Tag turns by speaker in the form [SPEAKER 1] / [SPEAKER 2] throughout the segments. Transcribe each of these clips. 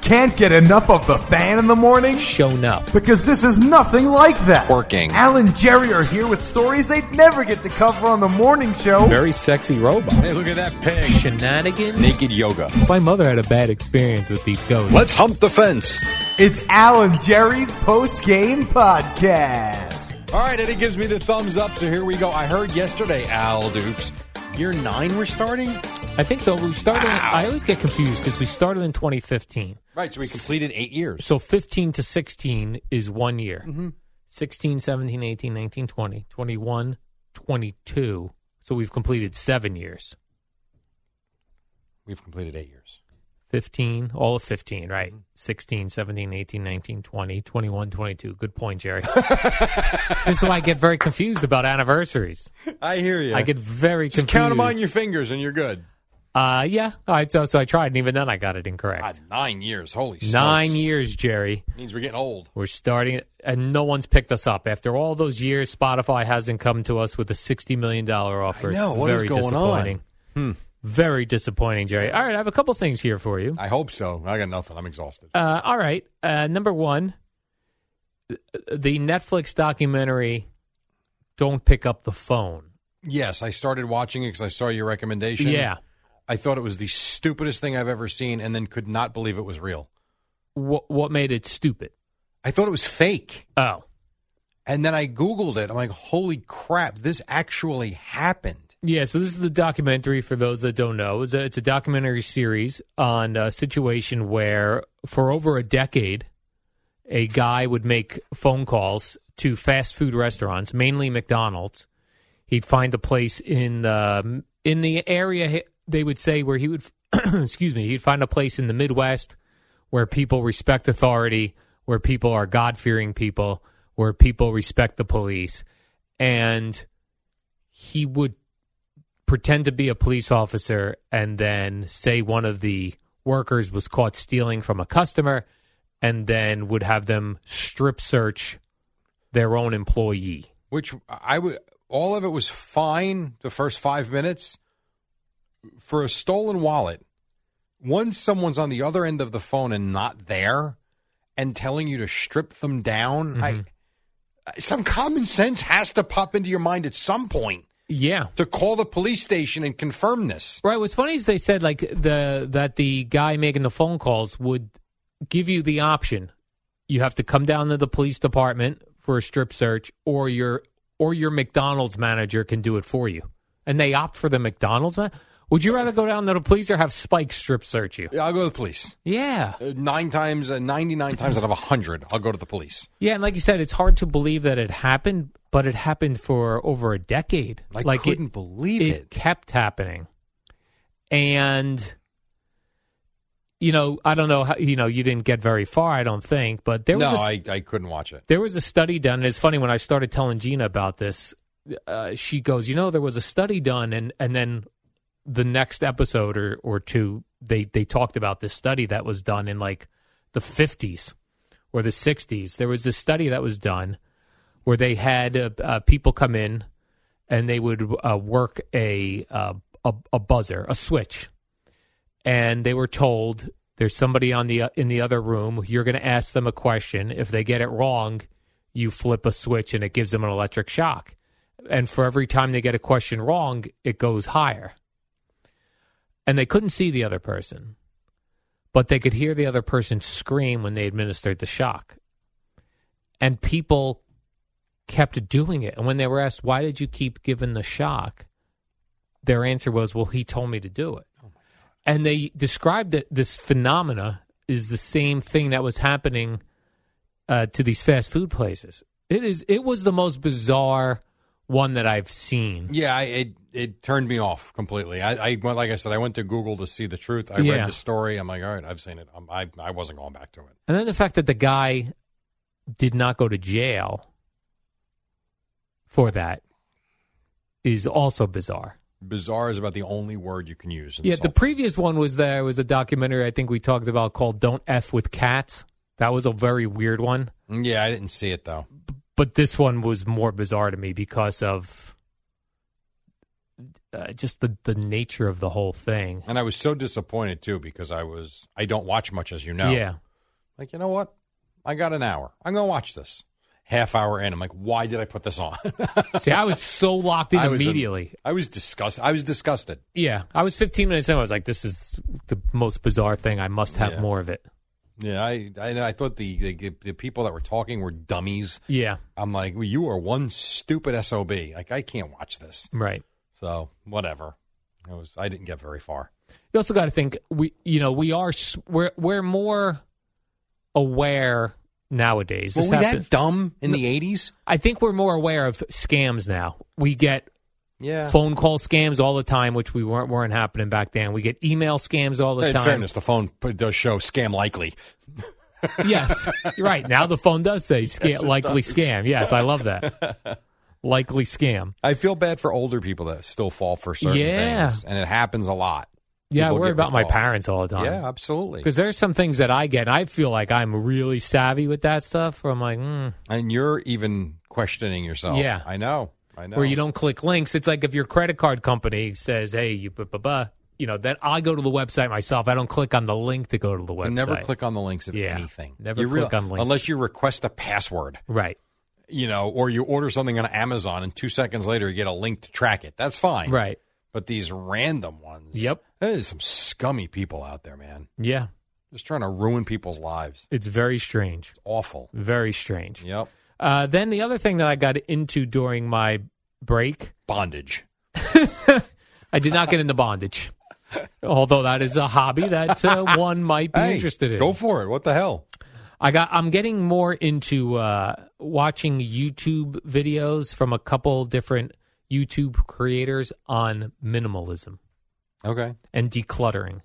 [SPEAKER 1] Can't get enough of the fan in the morning?
[SPEAKER 2] shown up.
[SPEAKER 1] Because this is nothing like that.
[SPEAKER 3] Working.
[SPEAKER 1] Al and Jerry are here with stories they'd never get to cover on the morning show.
[SPEAKER 2] Very sexy robot.
[SPEAKER 3] Hey, look at that pig.
[SPEAKER 2] Shenanigans.
[SPEAKER 3] Naked yoga.
[SPEAKER 2] My mother had a bad experience with these ghosts.
[SPEAKER 3] Let's hump the fence.
[SPEAKER 1] It's Al and Jerry's post game podcast.
[SPEAKER 3] All right, Eddie gives me the thumbs up, so here we go. I heard yesterday, Al Dukes, year nine we're starting?
[SPEAKER 2] I think so. We started. I always get confused because we started in 2015.
[SPEAKER 3] Right, so we completed eight years.
[SPEAKER 2] So 15 to 16 is one year. 16, 17, 18, 19, 20, 21, 22. So we've completed seven years.
[SPEAKER 3] We've completed eight years.
[SPEAKER 2] 15, all of 15, right? 16, 17, 18, 19, 20, 21, 22. Good point, Jerry. this is why I get very confused about anniversaries.
[SPEAKER 3] I hear you.
[SPEAKER 2] I get very confused.
[SPEAKER 3] Just count them on your fingers and you're good.
[SPEAKER 2] Uh, yeah. I, so, so I tried, and even then I got it incorrect.
[SPEAKER 3] God, nine years. Holy
[SPEAKER 2] Nine
[SPEAKER 3] smokes.
[SPEAKER 2] years, Jerry.
[SPEAKER 3] Means we're getting old.
[SPEAKER 2] We're starting, and no one's picked us up. After all those years, Spotify hasn't come to us with a $60 million offer.
[SPEAKER 3] I know.
[SPEAKER 2] It's
[SPEAKER 3] What is
[SPEAKER 2] Very
[SPEAKER 3] going on? Hmm.
[SPEAKER 2] disappointing. Very disappointing, Jerry. All right, I have a couple things here for you.
[SPEAKER 3] I hope so. I got nothing. I'm exhausted.
[SPEAKER 2] Uh, all right. Uh, number one, th- the Netflix documentary, Don't Pick Up the Phone.
[SPEAKER 3] Yes, I started watching it because I saw your recommendation.
[SPEAKER 2] Yeah.
[SPEAKER 3] I thought it was the stupidest thing I've ever seen and then could not believe it was real.
[SPEAKER 2] What, what made it stupid?
[SPEAKER 3] I thought it was fake.
[SPEAKER 2] Oh,
[SPEAKER 3] And then I Googled it. I'm like, holy crap, this actually happened.
[SPEAKER 2] Yeah, so this is the documentary for those that don't know. It's a, it's a documentary series on a situation where, for over a decade, a guy would make phone calls to fast food restaurants, mainly McDonald's. He'd find a place in the in the area he- they would say where he would, excuse me, he'd find a place in the Midwest where people respect authority, where people are God fearing people, where people respect the police, and he would pretend to be a police officer and then say one of the workers was caught stealing from a customer and then would have them strip search their own employee.
[SPEAKER 3] Which I would, all of it was fine the first five minutes. For a stolen wallet, once someone's on the other end of the phone and not there, and telling you to strip them down, I,
[SPEAKER 2] Mm-hmm.
[SPEAKER 3] some common sense has to pop into your mind at some point
[SPEAKER 2] Yeah.
[SPEAKER 3] to call the police station and confirm this.
[SPEAKER 2] Right. What's funny is they said like the that the guy making the phone calls would give you the option. You have to come down to the police department for a strip search, or your or your McDonald's manager can do it for you. And they opt for the McDonald's man. Would you rather go down to the police or have Spike strip search you?
[SPEAKER 3] I'll go to the police.
[SPEAKER 2] Yeah.
[SPEAKER 3] Uh, Nine times, uh, 99 times out of 100, I'll go to the police.
[SPEAKER 2] Yeah, and like you said, it's hard to believe that it happened, but it happened for over a decade.
[SPEAKER 3] I
[SPEAKER 2] like
[SPEAKER 3] couldn't
[SPEAKER 2] it,
[SPEAKER 3] believe
[SPEAKER 2] it
[SPEAKER 3] it.
[SPEAKER 2] kept happening. And you know, I don't know how you know, you didn't get very far, I don't think, but there was
[SPEAKER 3] no,
[SPEAKER 2] a,
[SPEAKER 3] I I, I couldn't watch it.
[SPEAKER 2] there was a study done, and it's funny when I started telling Gina about this, uh, she goes, "You know, there was a study done, and and then the next episode or or two, they they talked about this study that was done in like the fifties or the sixties. There was this study that was done where they had uh, uh, people come in and they would uh, work a, uh, a a buzzer, a switch, and they were told there's somebody on the in the other room. You're going to ask them a question. If they get it wrong, you flip a switch and it gives them an electric shock. And for every time they get a question wrong, it goes higher. And they couldn't see the other person, but they could hear the other person scream when they administered the shock. And people kept doing it. And when they were asked, why did you keep giving the shock? Their answer was, well, he told me to do it. and they described that this phenomena is the same thing that was happening uh, to these fast food places. It is. It was the most bizarre one that I've seen.
[SPEAKER 3] Yeah, I, it it turned me off completely. I, I went, like I said, I went to Google to see the truth. I
[SPEAKER 2] Yeah.
[SPEAKER 3] read the story. I'm like, all right, I've seen it. I'm, I I wasn't going back to it.
[SPEAKER 2] And then the fact that the guy did not go to jail for that is also bizarre.
[SPEAKER 3] Bizarre is about the only word you can use. in
[SPEAKER 2] Yeah,
[SPEAKER 3] this
[SPEAKER 2] the
[SPEAKER 3] whole-
[SPEAKER 2] previous one was there was a documentary I think we talked about called "Don't F with Cats." That was a very weird one,
[SPEAKER 3] yeah, I didn't see it though.
[SPEAKER 2] but this one was more bizarre to me because of uh, just the the nature of the whole thing.
[SPEAKER 3] And I was so disappointed too because I was I don't watch much as you know.
[SPEAKER 2] Yeah,
[SPEAKER 3] Like, you know what? I got an hour. I'm gonna watch this. Half hour in, I'm like, why did I put this on?
[SPEAKER 2] see, I was so locked in
[SPEAKER 3] I was in-
[SPEAKER 2] immediately.
[SPEAKER 3] I was disgusted. I was disgusted.
[SPEAKER 2] yeah, I was 15 minutes in. I was like, "This is the most bizarre thing. I must have
[SPEAKER 3] Yeah.
[SPEAKER 2] more of it."
[SPEAKER 3] Yeah, I I, I thought the, the the people that were talking were dummies.
[SPEAKER 2] Yeah,
[SPEAKER 3] I'm like, well, you are one stupid sob. Like, I can't watch this.
[SPEAKER 2] right.
[SPEAKER 3] So whatever. I was I didn't get very far.
[SPEAKER 2] you also got to think we you know we are s- we're we're more aware nowadays
[SPEAKER 3] Were
[SPEAKER 2] This
[SPEAKER 3] we
[SPEAKER 2] has
[SPEAKER 3] that
[SPEAKER 2] to-
[SPEAKER 3] dumb in the 80s?
[SPEAKER 2] i think we're more aware of scams now we get
[SPEAKER 3] Yeah.
[SPEAKER 2] phone call scams all the time which we weren't weren't happening back then we get email scams all the
[SPEAKER 3] In
[SPEAKER 2] time
[SPEAKER 3] fairness, the phone p- does show scam likely.
[SPEAKER 2] yes you're right now the phone does say scam likely scam yes i love that likely scam
[SPEAKER 3] I feel bad for older people that still fall for certain
[SPEAKER 2] Yeah.
[SPEAKER 3] things, and it happens a lot.
[SPEAKER 2] yeah
[SPEAKER 3] People
[SPEAKER 2] i worry
[SPEAKER 3] get
[SPEAKER 2] about my
[SPEAKER 3] ripped off.
[SPEAKER 2] parents all the time
[SPEAKER 3] Yeah, absolutely.
[SPEAKER 2] because there's some things that i get and i feel like i'm really savvy with that stuff where i'm like mm,
[SPEAKER 3] And you're even questioning yourself.
[SPEAKER 2] Yeah.
[SPEAKER 3] I know. I know.
[SPEAKER 2] where you don't click links. It's like if your credit card company says, "Hey, you blah blah blah," you know, then I go to the website myself. I don't click on the link to go to the
[SPEAKER 3] You
[SPEAKER 2] website.
[SPEAKER 3] never click on the links of
[SPEAKER 2] Yeah.
[SPEAKER 3] anything.
[SPEAKER 2] Never
[SPEAKER 3] You
[SPEAKER 2] click on links.
[SPEAKER 3] unless you request a password,
[SPEAKER 2] Right,
[SPEAKER 3] you know, or you order something on Amazon, and two seconds later you get a link to track it. That's fine,
[SPEAKER 2] right,
[SPEAKER 3] But these random ones,
[SPEAKER 2] Yep.
[SPEAKER 3] There's some scummy people out there, man,
[SPEAKER 2] yeah.
[SPEAKER 3] just trying to ruin people's lives.
[SPEAKER 2] It's very strange,
[SPEAKER 3] Awful.
[SPEAKER 2] very strange.
[SPEAKER 3] Yep.
[SPEAKER 2] Uh, then the other thing that I got into during my break,
[SPEAKER 3] Bondage.
[SPEAKER 2] I did not get into bondage. Although that is a hobby that uh, one might be
[SPEAKER 3] Hey,
[SPEAKER 2] interested in.
[SPEAKER 3] Go for it. What the hell?
[SPEAKER 2] I got. I'm getting more into uh, watching YouTube videos from a couple different YouTube creators on minimalism
[SPEAKER 3] Okay.
[SPEAKER 2] and decluttering.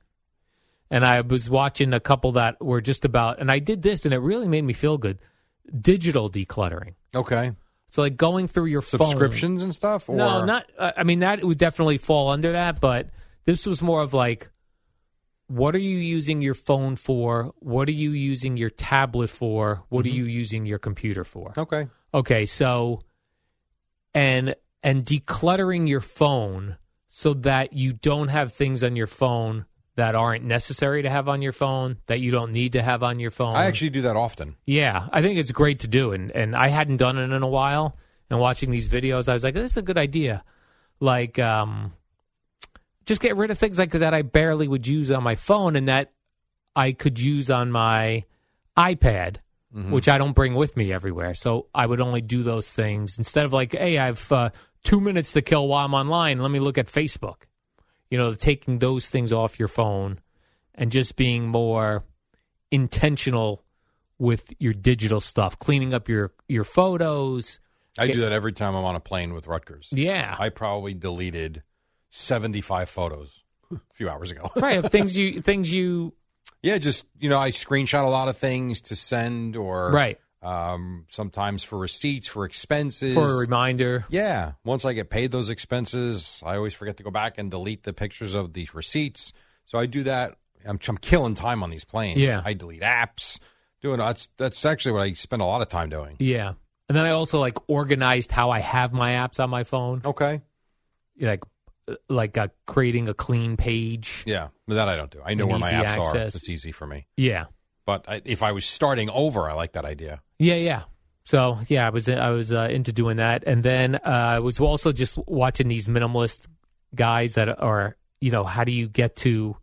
[SPEAKER 2] And I was watching a couple that were just about, and I did this, and it really made me feel good. Digital decluttering,
[SPEAKER 3] Okay.
[SPEAKER 2] so like going through your phone.
[SPEAKER 3] Subscriptions and stuff. Or...
[SPEAKER 2] No, not. Uh, I mean, that would definitely fall under that, but this was more of like, what are you using your phone for? What are you using your tablet for? What
[SPEAKER 3] Mm-hmm.
[SPEAKER 2] are you using your computer for?
[SPEAKER 3] Okay.
[SPEAKER 2] Okay, so and and decluttering your phone so that you don't have things on your phone that aren't necessary to have on your phone that you don't need to have on your phone.
[SPEAKER 3] I actually do that often.
[SPEAKER 2] Yeah, I think it's great to do, and and I hadn't done it in a while. And watching these videos, I was like, "This is a good idea." Like, um, just get rid of things like that I barely would use on my phone, and that I could use on my iPad, which I don't bring with me everywhere. So I would only do those things instead of like, "Hey, I've uh, two minutes to kill while I'm online. Let me look at Facebook." You know, taking those things off your phone and just being more intentional with your digital stuff, cleaning up your your photos.
[SPEAKER 3] I do that every time I'm on a plane with Rutgers.
[SPEAKER 2] Yeah,
[SPEAKER 3] I probably deleted 75 photos a few hours ago.
[SPEAKER 2] right. Of things you things you
[SPEAKER 3] yeah, just, you know, I screenshot a lot of things to send or
[SPEAKER 2] right
[SPEAKER 3] um, sometimes for receipts, for expenses.
[SPEAKER 2] for a reminder.
[SPEAKER 3] yeah. Once I get paid those expenses, I always forget to go back and delete the pictures of the receipts. So I do that. I'm, I'm killing time on these planes.
[SPEAKER 2] Yeah.
[SPEAKER 3] I delete apps. Doing that's that's actually what I spend a lot of time doing.
[SPEAKER 2] Yeah, and then I also like organized how I have my apps on my phone,
[SPEAKER 3] Okay.
[SPEAKER 2] like like uh, creating a clean page.
[SPEAKER 3] Yeah. But that I don't do. I know
[SPEAKER 2] And
[SPEAKER 3] where my
[SPEAKER 2] easy
[SPEAKER 3] apps are.
[SPEAKER 2] access.
[SPEAKER 3] It's easy for me.
[SPEAKER 2] Yeah,
[SPEAKER 3] But I, if I was starting over, I like that idea.
[SPEAKER 2] yeah, yeah. So yeah, I was I was uh, into doing that, and then uh, I was also just watching these minimalist guys that are you know how do you get to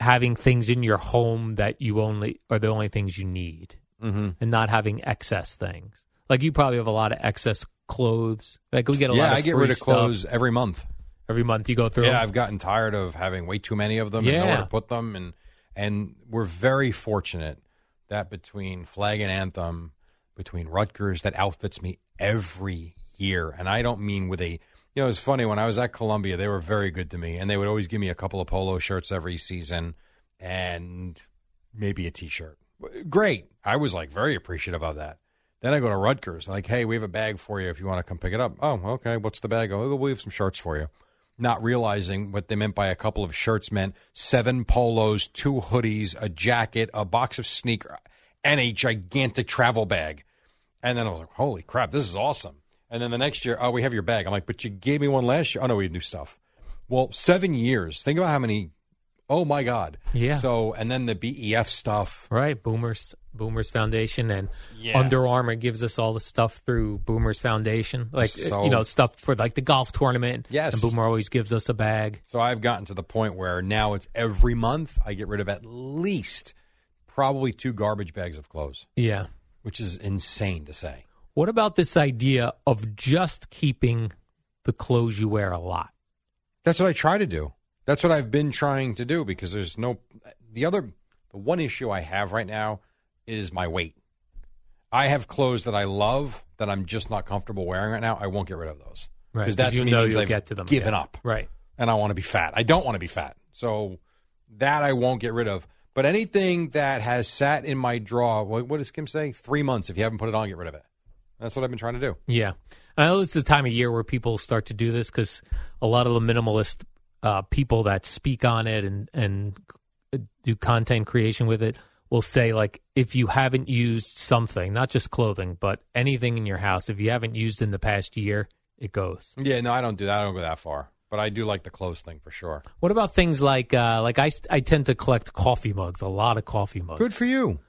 [SPEAKER 2] having things in your home that you only are the only things you need.
[SPEAKER 3] Mm-hmm.
[SPEAKER 2] and not having excess things. Like you probably have a lot of excess clothes. Like we get a
[SPEAKER 3] yeah,
[SPEAKER 2] lot of
[SPEAKER 3] I get
[SPEAKER 2] free
[SPEAKER 3] rid of
[SPEAKER 2] stuff
[SPEAKER 3] clothes every month.
[SPEAKER 2] every month you go through.
[SPEAKER 3] Yeah,
[SPEAKER 2] them?
[SPEAKER 3] I've gotten tired of having way too many of them and nowhere
[SPEAKER 2] Yeah.
[SPEAKER 3] to put them, and and we're very fortunate that between Flag and Anthem, between Rutgers, that outfits me every year, and I don't mean with a. You know, it's funny when I was at Columbia, they were very good to me, and they would always give me a couple of polo shirts every season, and maybe a T-shirt. Great, I was like very appreciative of that. Then I go to Rutgers, like, hey, we have a bag for you if you want to come pick it up. Oh, okay, what's the bag? Oh, we have some shirts for you not realizing what they meant by a couple of shirts meant seven polos, two hoodies, a jacket, a box of sneaker, and a gigantic travel bag. And then I was like, holy crap, this is awesome. And then the next year, oh, we have your bag. I'm like, but you gave me one last year. Oh, no, we have new stuff. Well, seven years. Think about how many. Oh, my God.
[SPEAKER 2] Yeah.
[SPEAKER 3] So, and then the BEF stuff.
[SPEAKER 2] Right, Boomers Boomers Foundation and
[SPEAKER 3] Yeah.
[SPEAKER 2] Under Armour gives us all the stuff through Boomers Foundation, like
[SPEAKER 3] So-
[SPEAKER 2] you know stuff for like the golf tournament.
[SPEAKER 3] Yes.
[SPEAKER 2] and Boomer always gives us a bag.
[SPEAKER 3] So I've gotten to the point where now it's every month I get rid of at least probably two garbage bags of clothes,
[SPEAKER 2] Yeah.
[SPEAKER 3] which is insane to say.
[SPEAKER 2] What about this idea of just keeping the clothes you wear a lot?
[SPEAKER 3] That's what I try to do. That's what I've been trying to do because there's no the other the one issue I have right now is my weight. I have clothes that I love that I'm just not comfortable wearing right now. I won't get rid of those
[SPEAKER 2] Right, 'cause
[SPEAKER 3] that
[SPEAKER 2] you
[SPEAKER 3] to me
[SPEAKER 2] know
[SPEAKER 3] means
[SPEAKER 2] you'll
[SPEAKER 3] I've
[SPEAKER 2] get to them
[SPEAKER 3] Given
[SPEAKER 2] again.
[SPEAKER 3] up,
[SPEAKER 2] Right.
[SPEAKER 3] and I want to be fat. I don't want to be fat, so that I won't get rid of. But anything that has sat in my drawer, what, what does Kim say? Three months. If you haven't put it on, get rid of it. That's what I've been trying to do.
[SPEAKER 2] Yeah. I know this is the time of year where people start to do this because a lot of the minimalist uh, people that speak on it and, and do content creation with it will say, like, if you haven't used something, not just clothing, but anything in your house, if you haven't used in the past year, it goes.
[SPEAKER 3] Yeah, no, I don't do that. I don't go that far, but I do like the clothes thing for sure.
[SPEAKER 2] What about things like, uh, like I, s- I tend to collect coffee mugs, a lot of coffee mugs.
[SPEAKER 3] Good for you.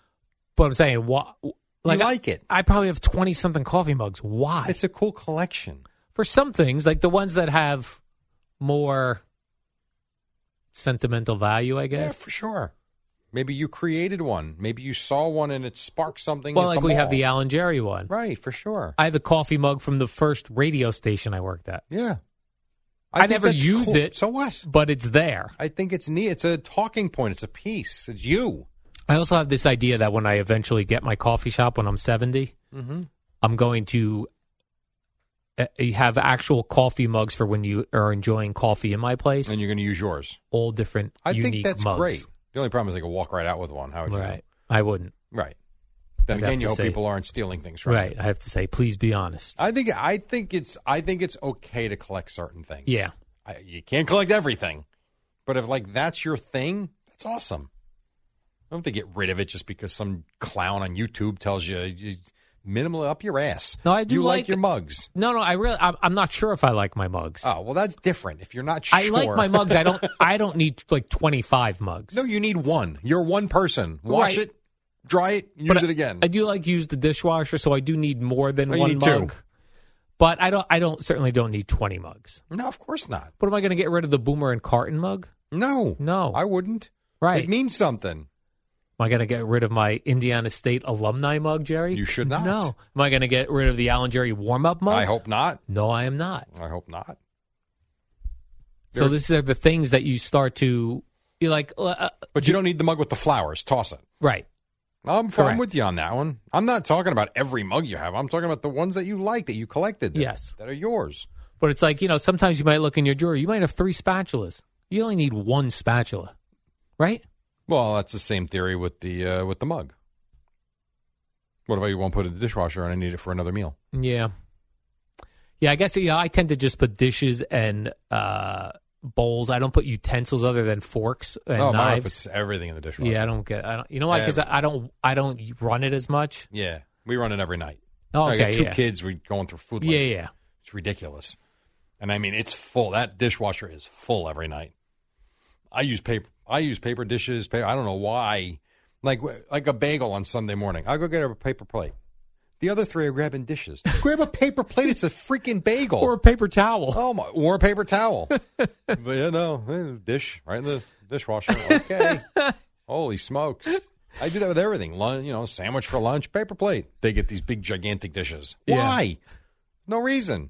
[SPEAKER 2] But I'm saying, why? Like,
[SPEAKER 3] you like it.
[SPEAKER 2] I, I probably have 20 something coffee mugs. Why?
[SPEAKER 3] It's a cool collection.
[SPEAKER 2] for some things, like the ones that have more sentimental value, I
[SPEAKER 3] Yeah,
[SPEAKER 2] guess.
[SPEAKER 3] for sure. Maybe you created one. Maybe you saw one and it sparked something.
[SPEAKER 2] well,
[SPEAKER 3] at
[SPEAKER 2] like we have
[SPEAKER 3] mall.
[SPEAKER 2] the Alan Jerry one.
[SPEAKER 3] right for sure.
[SPEAKER 2] I have a coffee mug from the first radio station I worked at,
[SPEAKER 3] yeah,
[SPEAKER 2] I
[SPEAKER 3] think
[SPEAKER 2] never
[SPEAKER 3] that's
[SPEAKER 2] used
[SPEAKER 3] cool.
[SPEAKER 2] it.
[SPEAKER 3] So what?
[SPEAKER 2] but it's there.
[SPEAKER 3] I think it's neat. It's a talking point. It's a piece. It's you.
[SPEAKER 2] I also have this idea that when I eventually get my coffee shop when I'm 70,
[SPEAKER 3] Mhm.
[SPEAKER 2] I'm going to uh, have actual coffee mugs for when you are enjoying coffee in my place,
[SPEAKER 3] And you're going to use yours.
[SPEAKER 2] all different
[SPEAKER 3] I
[SPEAKER 2] unique
[SPEAKER 3] think that's
[SPEAKER 2] mugs.
[SPEAKER 3] great. The only problem is they can walk right out with one. How would you? know?
[SPEAKER 2] Right. I wouldn't.
[SPEAKER 3] Right. Then
[SPEAKER 2] I'd have
[SPEAKER 3] again,
[SPEAKER 2] to
[SPEAKER 3] you hope
[SPEAKER 2] say-
[SPEAKER 3] people aren't stealing things from. you.
[SPEAKER 2] Right. I have to say, please be honest.
[SPEAKER 3] I think I think it's I think it's okay to collect certain things.
[SPEAKER 2] Yeah.
[SPEAKER 3] I, you can't collect everything, but if like that's your thing, that's awesome. I don't have to get rid of it just because some clown on YouTube tells you, you minimal up your ass.
[SPEAKER 2] No, I do
[SPEAKER 3] You like,
[SPEAKER 2] like-
[SPEAKER 3] your mugs.
[SPEAKER 2] No, no, I really, I'm, I'm not sure if I like my mugs.
[SPEAKER 3] Oh well, that's different. If you're not sure,
[SPEAKER 2] I like my mugs. I don't, I don't need like 25 mugs.
[SPEAKER 3] no, you need one. You're one person.
[SPEAKER 2] Right.
[SPEAKER 3] Wash it, dry it, use
[SPEAKER 2] But
[SPEAKER 3] it again.
[SPEAKER 2] I do like use the dishwasher, so I do need more than
[SPEAKER 3] Oh, you
[SPEAKER 2] one
[SPEAKER 3] need two.
[SPEAKER 2] mug. But I don't, I don't certainly don't need 20 mugs.
[SPEAKER 3] no, of course not.
[SPEAKER 2] But am I going to get rid of the Boomer and Carton mug?
[SPEAKER 3] No,
[SPEAKER 2] No.
[SPEAKER 3] I wouldn't.
[SPEAKER 2] Right.
[SPEAKER 3] It means something.
[SPEAKER 2] Am I going to get rid of my Indiana State alumni mug, Jerry?
[SPEAKER 3] You should not.
[SPEAKER 2] No. Am I going to get rid of the Alan Jerry warm up mug?
[SPEAKER 3] I hope not.
[SPEAKER 2] No, I am not.
[SPEAKER 3] I hope not.
[SPEAKER 2] So these are the things that you start to, you're like, uh, uh,
[SPEAKER 3] But you don't need the mug with the flowers. Toss it.
[SPEAKER 2] right.
[SPEAKER 3] I'm,
[SPEAKER 2] Correct.
[SPEAKER 3] I'm with you on that one. I'm not talking about every mug you have. I'm talking about the ones that you like that you collected. that-
[SPEAKER 2] Yes.
[SPEAKER 3] That are yours.
[SPEAKER 2] But it's like, you know, sometimes you might look in your drawer, you might have three spatulas. You only need one spatula, right?
[SPEAKER 3] Well, that's the same theory with the uh, with the mug. What if I won't put it in the dishwasher and I need it for another meal?
[SPEAKER 2] Yeah. Yeah, I guess, you know, I tend to just put dishes and uh, bowls. I don't put utensils other than forks and
[SPEAKER 3] oh, my wife
[SPEAKER 2] knives.
[SPEAKER 3] puts everything in the dishwasher.
[SPEAKER 2] Yeah, I don't get, I don't, you know why? Because
[SPEAKER 3] Every-
[SPEAKER 2] I, I don't, I don't run it as much.
[SPEAKER 3] Yeah. We run it every night.
[SPEAKER 2] Oh,
[SPEAKER 3] I got
[SPEAKER 2] okay.
[SPEAKER 3] two
[SPEAKER 2] yeah.
[SPEAKER 3] kids. We're going through food.
[SPEAKER 2] yeah,
[SPEAKER 3] line.
[SPEAKER 2] yeah.
[SPEAKER 3] It's ridiculous. And I mean, it's full. That dishwasher is full every night. I use paper. I use paper dishes. Paper, I don't know why. Like like a bagel on Sunday morning. I'll go get a paper plate. The other three are grabbing dishes. Grab a paper plate. It's a freaking bagel.
[SPEAKER 2] Or a paper towel.
[SPEAKER 3] oh my, or a paper towel. but you know, eh, dish right in the dishwasher. Okay. Holy smokes. I do that with everything. Lunch, you know, sandwich for lunch, paper plate. They get these big gigantic dishes.
[SPEAKER 2] Yeah.
[SPEAKER 3] Why? No reason.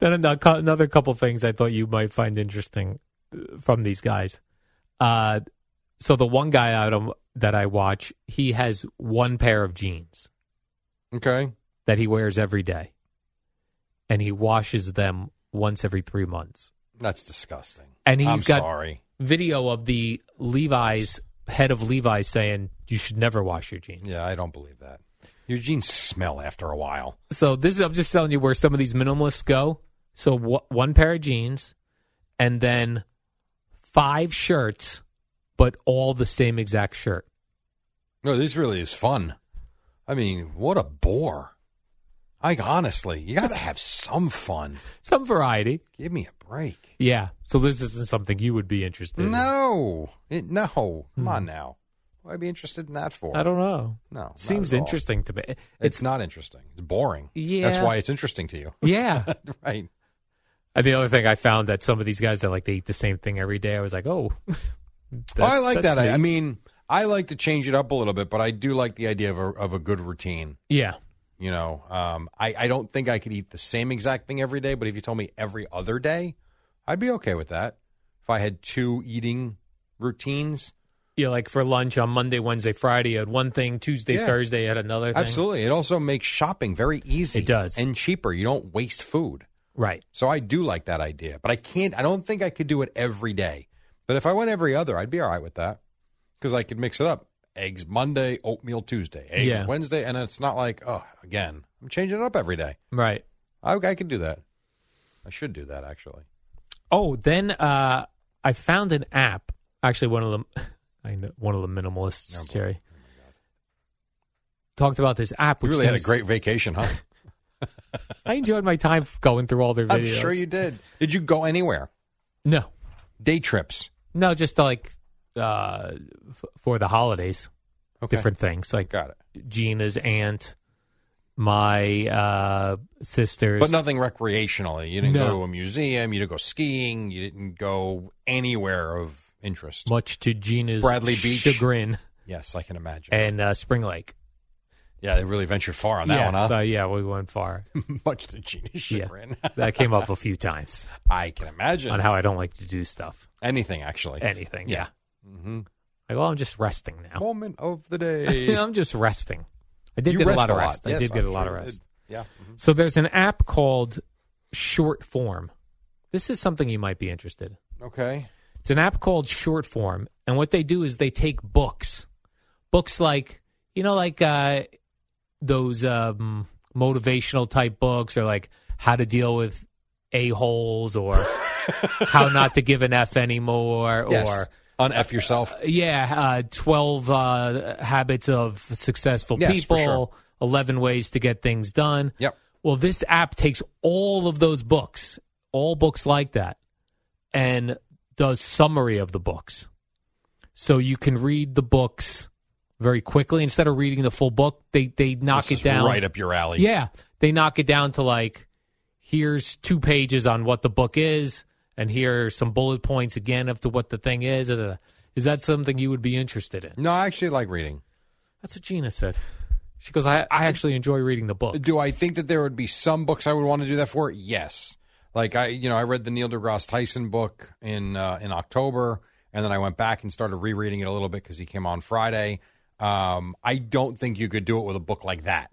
[SPEAKER 2] Then ano- cou- another couple things I thought you might find interesting uh, from these guys. Uh, so the one guy item that I watch, he has one pair of jeans
[SPEAKER 3] Okay.
[SPEAKER 2] that he wears every day, and he washes them once every three months.
[SPEAKER 3] That's disgusting.
[SPEAKER 2] And he's
[SPEAKER 3] I'm
[SPEAKER 2] got-
[SPEAKER 3] sorry.
[SPEAKER 2] Video of the Levi's head of Levi's saying you should never wash your jeans.
[SPEAKER 3] Yeah, I don't believe that. Your jeans smell after a while.
[SPEAKER 2] So this is I'm just telling you where some of these minimalists go. So wh- one pair of jeans, and then five shirts, but all the same exact shirt.
[SPEAKER 3] No, this really is fun. I mean, what a bore. Like honestly, you got to have some fun.
[SPEAKER 2] Some variety.
[SPEAKER 3] Give me a break.
[SPEAKER 2] Yeah. So this isn't something you would be interested in.
[SPEAKER 3] No, it, no. Come on now. What'd I be interested in that for?
[SPEAKER 2] Hmm. I don't know.
[SPEAKER 3] No, not
[SPEAKER 2] Seems
[SPEAKER 3] at all.
[SPEAKER 2] interesting to me. It's,
[SPEAKER 3] It's not interesting. It's boring.
[SPEAKER 2] Yeah.
[SPEAKER 3] That's why it's interesting to you,
[SPEAKER 2] yeah.
[SPEAKER 3] right?
[SPEAKER 2] and the other thing I found that some of these guys that like they eat the same thing every day. I was like, oh,
[SPEAKER 3] Oh, I
[SPEAKER 2] that's-
[SPEAKER 3] like
[SPEAKER 2] that's
[SPEAKER 3] that. I, I
[SPEAKER 2] neat.
[SPEAKER 3] mean, I like to change it up a little bit, but I do like the idea of a, of a good routine.
[SPEAKER 2] yeah,
[SPEAKER 3] You know, um, I, I don't think I could eat the same exact thing every day, but if you told me every other day, I'd be okay with that. If I had two eating routines,
[SPEAKER 2] you know, like for lunch on Monday, Wednesday, Friday, you had one thing. Tuesday,
[SPEAKER 3] Yeah.
[SPEAKER 2] Thursday, you had another thing.
[SPEAKER 3] absolutely. It also makes shopping very easy.
[SPEAKER 2] It does.
[SPEAKER 3] And cheaper. You don't waste food.
[SPEAKER 2] Right.
[SPEAKER 3] So I do like that idea, but I can't, I don't think I could do it every day. But if I went every other, I'd be all right with that because I could mix it up. Eggs Monday, oatmeal Tuesday, eggs
[SPEAKER 2] Yeah.
[SPEAKER 3] Wednesday. And it's not like, oh, again, I'm changing it up every day.
[SPEAKER 2] Right.
[SPEAKER 3] I, I could do that. I should do that, actually.
[SPEAKER 2] Oh, then uh, I found an app. Actually, one of them, I know, one of the minimalists,
[SPEAKER 3] Oh, boy.
[SPEAKER 2] Jerry, talked about this app.
[SPEAKER 3] You
[SPEAKER 2] Which
[SPEAKER 3] really had a
[SPEAKER 2] seems-
[SPEAKER 3] great vacation, huh?
[SPEAKER 2] I enjoyed my time going through all their
[SPEAKER 3] I'm
[SPEAKER 2] videos.
[SPEAKER 3] sure you did. Did you go anywhere?
[SPEAKER 2] No,
[SPEAKER 3] Day trips.
[SPEAKER 2] no, just like uh, f- for the holidays,
[SPEAKER 3] Okay.
[SPEAKER 2] different things like
[SPEAKER 3] Got it.
[SPEAKER 2] Gina's aunt, my uh, sisters,
[SPEAKER 3] But nothing recreationally. You didn't
[SPEAKER 2] No.
[SPEAKER 3] go to a museum. You didn't go skiing. You didn't go anywhere of interest.
[SPEAKER 2] much to Gina's
[SPEAKER 3] Bradley Beach.
[SPEAKER 2] chagrin
[SPEAKER 3] Yes, I can imagine.
[SPEAKER 2] and uh, Spring Lake.
[SPEAKER 3] yeah, they really ventured far on that
[SPEAKER 2] yeah,
[SPEAKER 3] one, huh?
[SPEAKER 2] so, yeah, we went far.
[SPEAKER 3] Much to Gina's
[SPEAKER 2] Yeah.
[SPEAKER 3] chagrin.
[SPEAKER 2] that came up a few times
[SPEAKER 3] I can imagine.
[SPEAKER 2] on how I don't like to do stuff.
[SPEAKER 3] Anything, actually.
[SPEAKER 2] anything. Yeah.
[SPEAKER 3] Yeah. hmm
[SPEAKER 2] Like, well, I'm just resting now.
[SPEAKER 3] Moment of the day.
[SPEAKER 2] I'm just resting. I did
[SPEAKER 3] You
[SPEAKER 2] get a
[SPEAKER 3] rest
[SPEAKER 2] lot of rest. I
[SPEAKER 3] Yes,
[SPEAKER 2] did get
[SPEAKER 3] I'm
[SPEAKER 2] a lot
[SPEAKER 3] sure
[SPEAKER 2] of
[SPEAKER 3] you
[SPEAKER 2] rest.
[SPEAKER 3] did. Yeah. Mhm.
[SPEAKER 2] So there's an app called Short Form. This is something you might be interested in.
[SPEAKER 3] Okay.
[SPEAKER 2] It's an app called Short Form, and what they do is they take books, books like you know, like uh, those um, motivational type books, or like how to deal with a holes, or how not to give an f anymore,
[SPEAKER 3] Yes.
[SPEAKER 2] or
[SPEAKER 3] Unf yourself.
[SPEAKER 2] yeah, uh, 12 uh, habits of successful
[SPEAKER 3] Yes, for
[SPEAKER 2] people,
[SPEAKER 3] sure.
[SPEAKER 2] 11 ways to get things done.
[SPEAKER 3] Yep.
[SPEAKER 2] Well, this app takes all of those books, all books like that, and does summary of the books. So you can read the books very quickly instead of reading the full book. They they knock
[SPEAKER 3] This is
[SPEAKER 2] it down
[SPEAKER 3] Right up your alley.
[SPEAKER 2] yeah, they knock it down to like here's two pages on what the book is, and here are some bullet points again of to what the thing is. da, da, da. Is that something you would be interested in?
[SPEAKER 3] No, I actually like reading.
[SPEAKER 2] That's what Gina said. She goes, I, I actually enjoy reading the book.
[SPEAKER 3] Do I think that there would be some books I would want to do that for? Yes. Like I, you know, I read the Neil deGrasse Tyson book in uh, in October, and then I went back and started rereading it a little bit because he came on Friday. Um, I don't think you could do it with a book like that.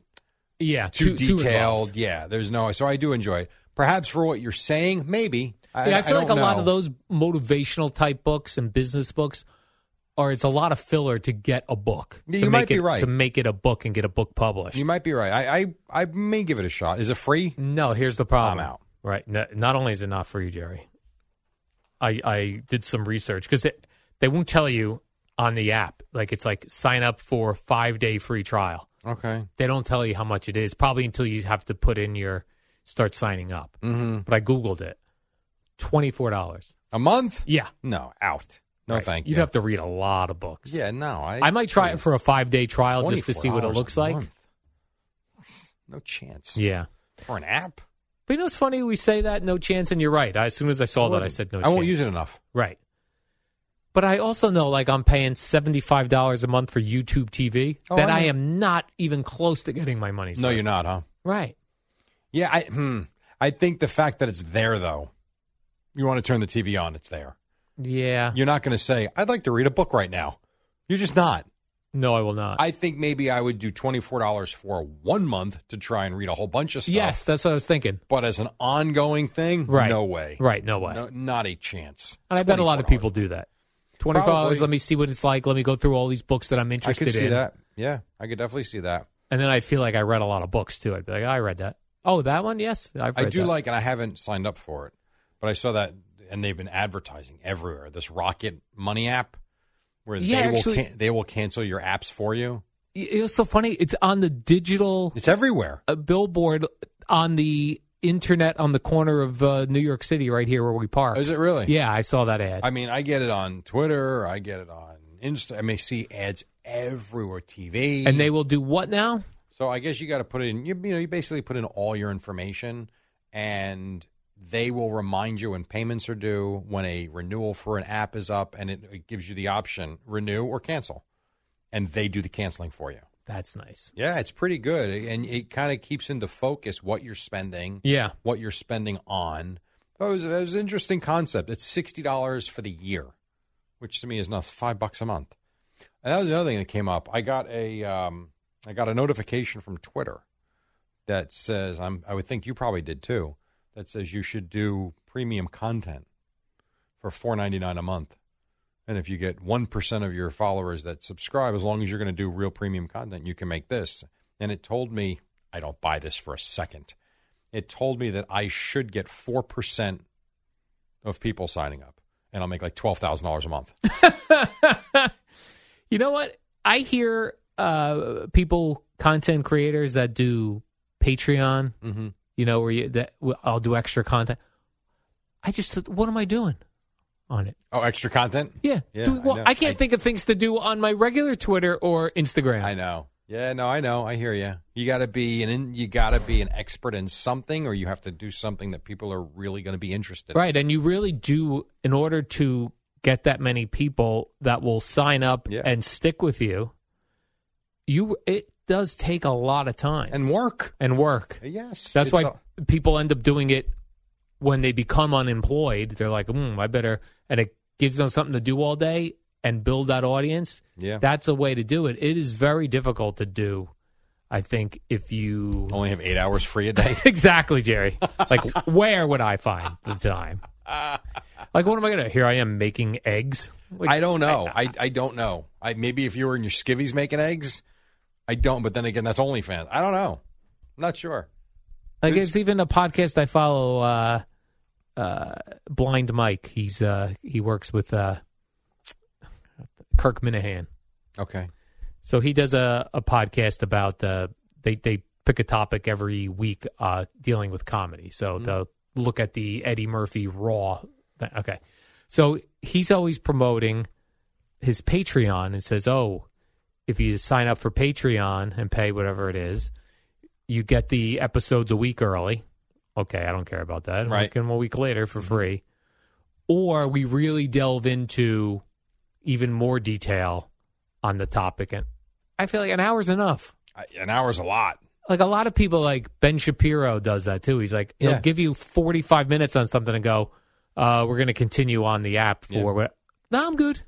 [SPEAKER 2] Yeah,
[SPEAKER 3] Too,
[SPEAKER 2] involved.
[SPEAKER 3] detailed. yeah, there's no. So I do enjoy it. Perhaps for what you're saying, maybe.
[SPEAKER 2] yeah, I feel like
[SPEAKER 3] don't
[SPEAKER 2] a lot
[SPEAKER 3] know.
[SPEAKER 2] of those motivational type books and business books are it's a lot of filler to get a book.
[SPEAKER 3] Yeah,
[SPEAKER 2] to
[SPEAKER 3] you might
[SPEAKER 2] make
[SPEAKER 3] be
[SPEAKER 2] it-
[SPEAKER 3] right.
[SPEAKER 2] to make it a book and get a book published.
[SPEAKER 3] You might be right. I, I I may give it a shot. Is it free?
[SPEAKER 2] No, here's the problem.
[SPEAKER 3] I'm out.
[SPEAKER 2] Right. No, not only is it not free, Jerry, I, I did some research because they won't tell you on the app. Like it's like sign up for five day free trial.
[SPEAKER 3] Okay.
[SPEAKER 2] They don't tell you how much it is. Probably until you have to put in your start signing up.
[SPEAKER 3] hmm
[SPEAKER 2] But I Googled it $24.
[SPEAKER 3] A month?
[SPEAKER 2] Yeah.
[SPEAKER 3] No, out. No,
[SPEAKER 2] Right.
[SPEAKER 3] thank you.
[SPEAKER 2] You'd have to read a lot of books.
[SPEAKER 3] Yeah, no. I,
[SPEAKER 2] I might try it for a five day trial just to
[SPEAKER 3] 24
[SPEAKER 2] see what it
[SPEAKER 3] hours
[SPEAKER 2] looks
[SPEAKER 3] a
[SPEAKER 2] like.
[SPEAKER 3] month. No chance.
[SPEAKER 2] Yeah.
[SPEAKER 3] For an app?
[SPEAKER 2] But you know, it's funny we say that no chance, and you're right. I, as soon as I saw that, I
[SPEAKER 3] Wouldn't.
[SPEAKER 2] said no.
[SPEAKER 3] I
[SPEAKER 2] chance.
[SPEAKER 3] won't use it enough.
[SPEAKER 2] Right. But I also know, like, I'm paying seventy five dollars a month for YouTube TV
[SPEAKER 3] Oh,
[SPEAKER 2] that
[SPEAKER 3] I
[SPEAKER 2] I
[SPEAKER 3] know.
[SPEAKER 2] am not even close to getting my money's
[SPEAKER 3] No,
[SPEAKER 2] worth.
[SPEAKER 3] you're not, huh?
[SPEAKER 2] Right.
[SPEAKER 3] Yeah, I hmm. I think the fact that it's there though. You want to turn the TV on, it's there.
[SPEAKER 2] Yeah.
[SPEAKER 3] You're not going to say, "I'd like to read a book right now." You're just not.
[SPEAKER 2] no, I will not.
[SPEAKER 3] I think maybe I would do $24 for 1 month to try and read a whole bunch of stuff.
[SPEAKER 2] yes, that's what I was thinking.
[SPEAKER 3] But as an ongoing thing,
[SPEAKER 2] Right.
[SPEAKER 3] no way.
[SPEAKER 2] Right. No way.
[SPEAKER 3] No, not a chance.
[SPEAKER 2] and I bet a lot of
[SPEAKER 3] $24.
[SPEAKER 2] people do that. Twenty five dollars.
[SPEAKER 3] Probably.
[SPEAKER 2] Let me see what it's like. Let me go through all these books that I'm
[SPEAKER 3] I
[SPEAKER 2] interested
[SPEAKER 3] could see
[SPEAKER 2] in.
[SPEAKER 3] that. Yeah, I could definitely see that.
[SPEAKER 2] And then I feel like I read a lot of books too. I'd be like, I read that. Oh, that one. Yes, I've
[SPEAKER 3] I
[SPEAKER 2] read
[SPEAKER 3] do
[SPEAKER 2] that.
[SPEAKER 3] like, and I haven't signed up for it, but I saw that, and they've been advertising everywhere. This Rocket Money app, where
[SPEAKER 2] Yeah,
[SPEAKER 3] they
[SPEAKER 2] actually-
[SPEAKER 3] will can, they will cancel your apps for you.
[SPEAKER 2] It was so funny. It's on the digital
[SPEAKER 3] It's everywhere.
[SPEAKER 2] a billboard on the internet on the corner of uh, New York City, right here where we park.
[SPEAKER 3] Is it really?
[SPEAKER 2] Yeah, I saw that ad.
[SPEAKER 3] I mean, I get it on Twitter. I get it on Insta. I mean, I see ads everywhere. TV.
[SPEAKER 2] and they will do what now?
[SPEAKER 3] So I guess you got to put in. You, you know, you basically put in all your information, and they will remind you when payments are due, when a renewal for an app is up, and it, it gives you the option renew or cancel, and they do the canceling for you.
[SPEAKER 2] That's nice.
[SPEAKER 3] Yeah, it's pretty good, and it kind of keeps into focus what you're spending,
[SPEAKER 2] Yeah.
[SPEAKER 3] what you're spending on. That was, that was an interesting concept. It's sixty dollars for the year, which to me is not five bucks a month. And that was another thing that came up. I got a um, I got a notification from Twitter that says I'm I would think you probably did too. That says you should do premium content for four ninety nine a month. And if you get one percent of your followers that subscribe, as long as you're going to do real premium content, you can make this. And it told me I don't buy this for a second. It told me that I should get four percent of people signing up, and I'll make like twelve thousand dollars a month.
[SPEAKER 2] You know what? I hear uh, people, content creators that do Patreon,
[SPEAKER 3] mm-hmm.
[SPEAKER 2] you know, where you, that well, I'll do extra content. I just, thought, what am I doing on it?
[SPEAKER 3] Oh, extra content.
[SPEAKER 2] Yeah.
[SPEAKER 3] Yeah,
[SPEAKER 2] Do-
[SPEAKER 3] I
[SPEAKER 2] well,
[SPEAKER 3] know.
[SPEAKER 2] I, can't
[SPEAKER 3] I-
[SPEAKER 2] think of things to do on my regular Twitter or Instagram.
[SPEAKER 3] I know. Yeah, no, I know. I hear you. You got to be an in, you got to be an expert in something, or you have to do something that people are really going to be interested.
[SPEAKER 2] Right, and you really do in order to get that many people that will sign up
[SPEAKER 3] Yeah.
[SPEAKER 2] and stick with you. You it does take a lot of time
[SPEAKER 3] in.
[SPEAKER 2] and,
[SPEAKER 3] and work.
[SPEAKER 2] work.
[SPEAKER 3] Yes,
[SPEAKER 2] That's
[SPEAKER 3] it's
[SPEAKER 2] why
[SPEAKER 3] a-
[SPEAKER 2] people end up doing it when they become unemployed. They're like, "Hmm, I better," and it gives them something to do all day and build that audience.
[SPEAKER 3] yeah,
[SPEAKER 2] That's a way to do it. It is very difficult to do, I think, if you
[SPEAKER 3] only have eight hours free a day.
[SPEAKER 2] Exactly, Jerry. Like, where would I find the time? Like, what am I gonna? Here I am making eggs. Like,
[SPEAKER 3] I don't know. I, I don't know. I maybe if you were in your skivvies making eggs, I don't. But then again, that's OnlyFans. I don't know. I'm not sure.
[SPEAKER 2] Like, it's even a podcast I follow. Uh, uh, Blind Mike. He's uh, he works with uh, Kirk Minahan.
[SPEAKER 3] Okay.
[SPEAKER 2] So he does a, a podcast about uh, they they pick a topic every week uh, dealing with comedy. So they'll look at the Eddie Murphy Raw. th- Okay, so he's always promoting his Patreon and says, "Oh, if you sign up for Patreon and pay whatever it is, you get the episodes a week early." Okay, I don't care about that.
[SPEAKER 3] Right.
[SPEAKER 2] We can a week later for free, or we really delve into even more detail on the topic and i feel like an hour's enough
[SPEAKER 3] I, an hour's a lot.
[SPEAKER 2] like a lot of people like ben shapiro does that too he's like he'll
[SPEAKER 3] Yeah.
[SPEAKER 2] give you 45 minutes on something and go uh, we're going to continue on the app for
[SPEAKER 3] Yeah.
[SPEAKER 2] what no i'm good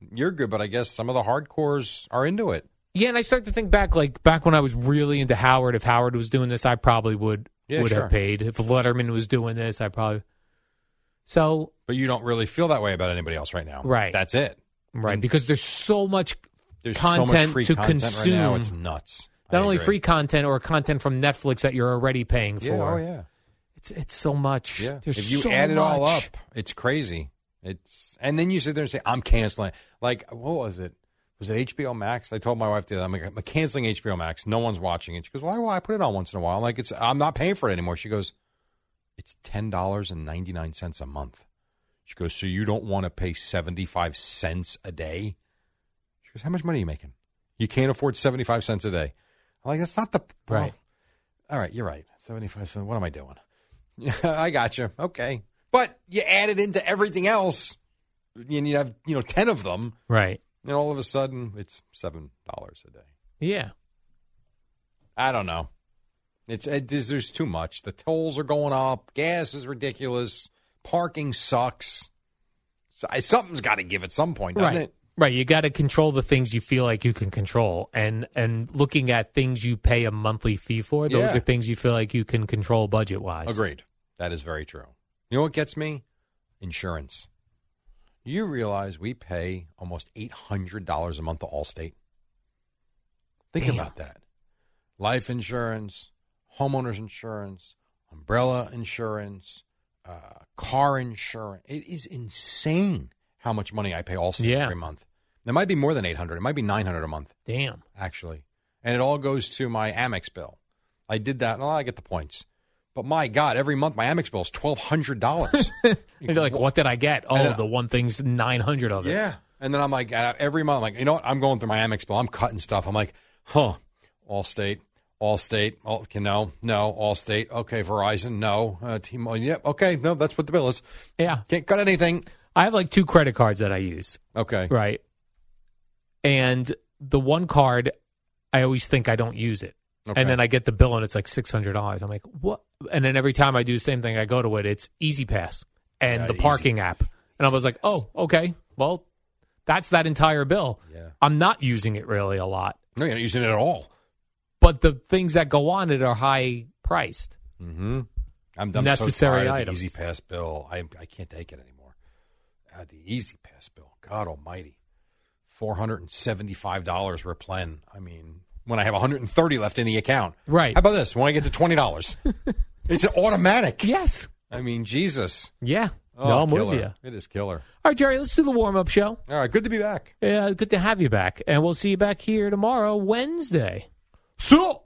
[SPEAKER 3] You're good, but I guess some of the hardcores are into it.
[SPEAKER 2] yeah and i start to think back like back when i was really into howard if howard was doing this i probably would
[SPEAKER 3] Yeah,
[SPEAKER 2] would
[SPEAKER 3] sure.
[SPEAKER 2] have paid if letterman was doing this i probably so
[SPEAKER 3] But you don't really feel that way about anybody else right now.
[SPEAKER 2] Right.
[SPEAKER 3] That's it.
[SPEAKER 2] right because there's so much
[SPEAKER 3] There's so much
[SPEAKER 2] Content
[SPEAKER 3] free
[SPEAKER 2] to
[SPEAKER 3] content right now.
[SPEAKER 2] consume.
[SPEAKER 3] It's nuts.
[SPEAKER 2] not
[SPEAKER 3] I
[SPEAKER 2] only
[SPEAKER 3] agree.
[SPEAKER 2] free content or content from netflix that you're already paying for
[SPEAKER 3] Yeah, oh yeah.
[SPEAKER 2] It's it's so much.
[SPEAKER 3] Yeah.
[SPEAKER 2] There's
[SPEAKER 3] if you
[SPEAKER 2] so
[SPEAKER 3] add it all up,
[SPEAKER 2] much.
[SPEAKER 3] it's crazy. It's and then you sit there and say, I'm canceling. Like, what was it? was it HBO Max? I told my wife the other, I'm like, I'm canceling HBO Max. No one's watching it. She goes, why? Well, I put it on once in a while. I'm like, it's I'm not paying for it anymore. She goes, it's ten dollars and ninety nine cents a month. She goes, so you don't want to pay seventy five cents a day? She goes, how much money are you making? You can't afford seventy five cents a day. I'm like, that's not the well,
[SPEAKER 2] Right.
[SPEAKER 3] All right, you're right. Seventy five cents. What am I doing? I got you. Okay, but you add it into everything else, and you have you know ten of them.
[SPEAKER 2] Right.
[SPEAKER 3] And all of a sudden, it's seven dollars a day.
[SPEAKER 2] Yeah.
[SPEAKER 3] I don't know. It's it, there's, there's too much. The tolls are going up. Gas is ridiculous. Parking sucks. So, I- something's got to give at some point, doesn't
[SPEAKER 2] right.
[SPEAKER 3] it?
[SPEAKER 2] Right. You got to control the things you feel like you can control, and and looking at things you pay a monthly fee for, those
[SPEAKER 3] Yeah.
[SPEAKER 2] are things you feel like you can control budget wise.
[SPEAKER 3] Agreed. That is very true. You know what gets me? Insurance. You realize we pay almost eight hundred dollars a month to Allstate. Think
[SPEAKER 2] Damn.
[SPEAKER 3] about that. Life insurance, homeowners insurance, umbrella insurance, uh, car insurance. It is insane how much money I pay Allstate
[SPEAKER 2] Yeah.
[SPEAKER 3] every month. It might be more than eight hundred. It might be nine hundred a month
[SPEAKER 2] Damn.
[SPEAKER 3] actually. And it all goes to my Amex bill. I did that. and I get the points. But my God, every month my Amex bill is $1,200.
[SPEAKER 2] And you're like, what did I get?
[SPEAKER 3] I
[SPEAKER 2] Oh,
[SPEAKER 3] know.
[SPEAKER 2] the one thing's nine hundred of it.
[SPEAKER 3] yeah. And then I'm like, and I- every month, I'm like, you know what? I'm going through my Amex bill. I'm cutting stuff. I'm like, huh, Allstate, Allstate, all, okay, no, no, Allstate, okay, Verizon, no, uh, T-Mobile, yep, okay, no, that's what the bill is.
[SPEAKER 2] Yeah.
[SPEAKER 3] Can't cut anything.
[SPEAKER 2] I have like two credit cards that I use.
[SPEAKER 3] Okay.
[SPEAKER 2] Right. And the one card, I always think I don't use it.
[SPEAKER 3] Okay.
[SPEAKER 2] And then I get the bill and it's like six hundred dollars. I'm like, what? And then every time I do the same thing, I go to it. It's Easy Pass and
[SPEAKER 3] Yeah,
[SPEAKER 2] the
[SPEAKER 3] Easy-
[SPEAKER 2] parking app. And I was like, oh, okay. Well, that's that entire bill.
[SPEAKER 3] Yeah.
[SPEAKER 2] I'm not using it really a lot,
[SPEAKER 3] No, you're not using it at all.
[SPEAKER 2] but the things that go on it are high priced.
[SPEAKER 3] Mm-hmm. I'm, I'm
[SPEAKER 2] Necessary
[SPEAKER 3] so tired
[SPEAKER 2] items.
[SPEAKER 3] Of the easy pass bill. I I can't take it anymore. Uh, the easy pass bill. God Almighty, four hundred and seventy five dollars replen. I mean, when I have one hundred and thirty left in the account.
[SPEAKER 2] Right.
[SPEAKER 3] How about this? When I get to twenty dollars, it's an automatic.
[SPEAKER 2] Yes.
[SPEAKER 3] I mean, Jesus.
[SPEAKER 2] Yeah. no,
[SPEAKER 3] Oh,
[SPEAKER 2] I'm with
[SPEAKER 3] killer.
[SPEAKER 2] you. All
[SPEAKER 3] It is killer.
[SPEAKER 2] right, Jerry, let's do the warm up show. Uh,
[SPEAKER 3] All right. Good to be back.
[SPEAKER 2] Yeah, good to have you back. And we'll see you back here tomorrow, Wednesday.
[SPEAKER 3] So.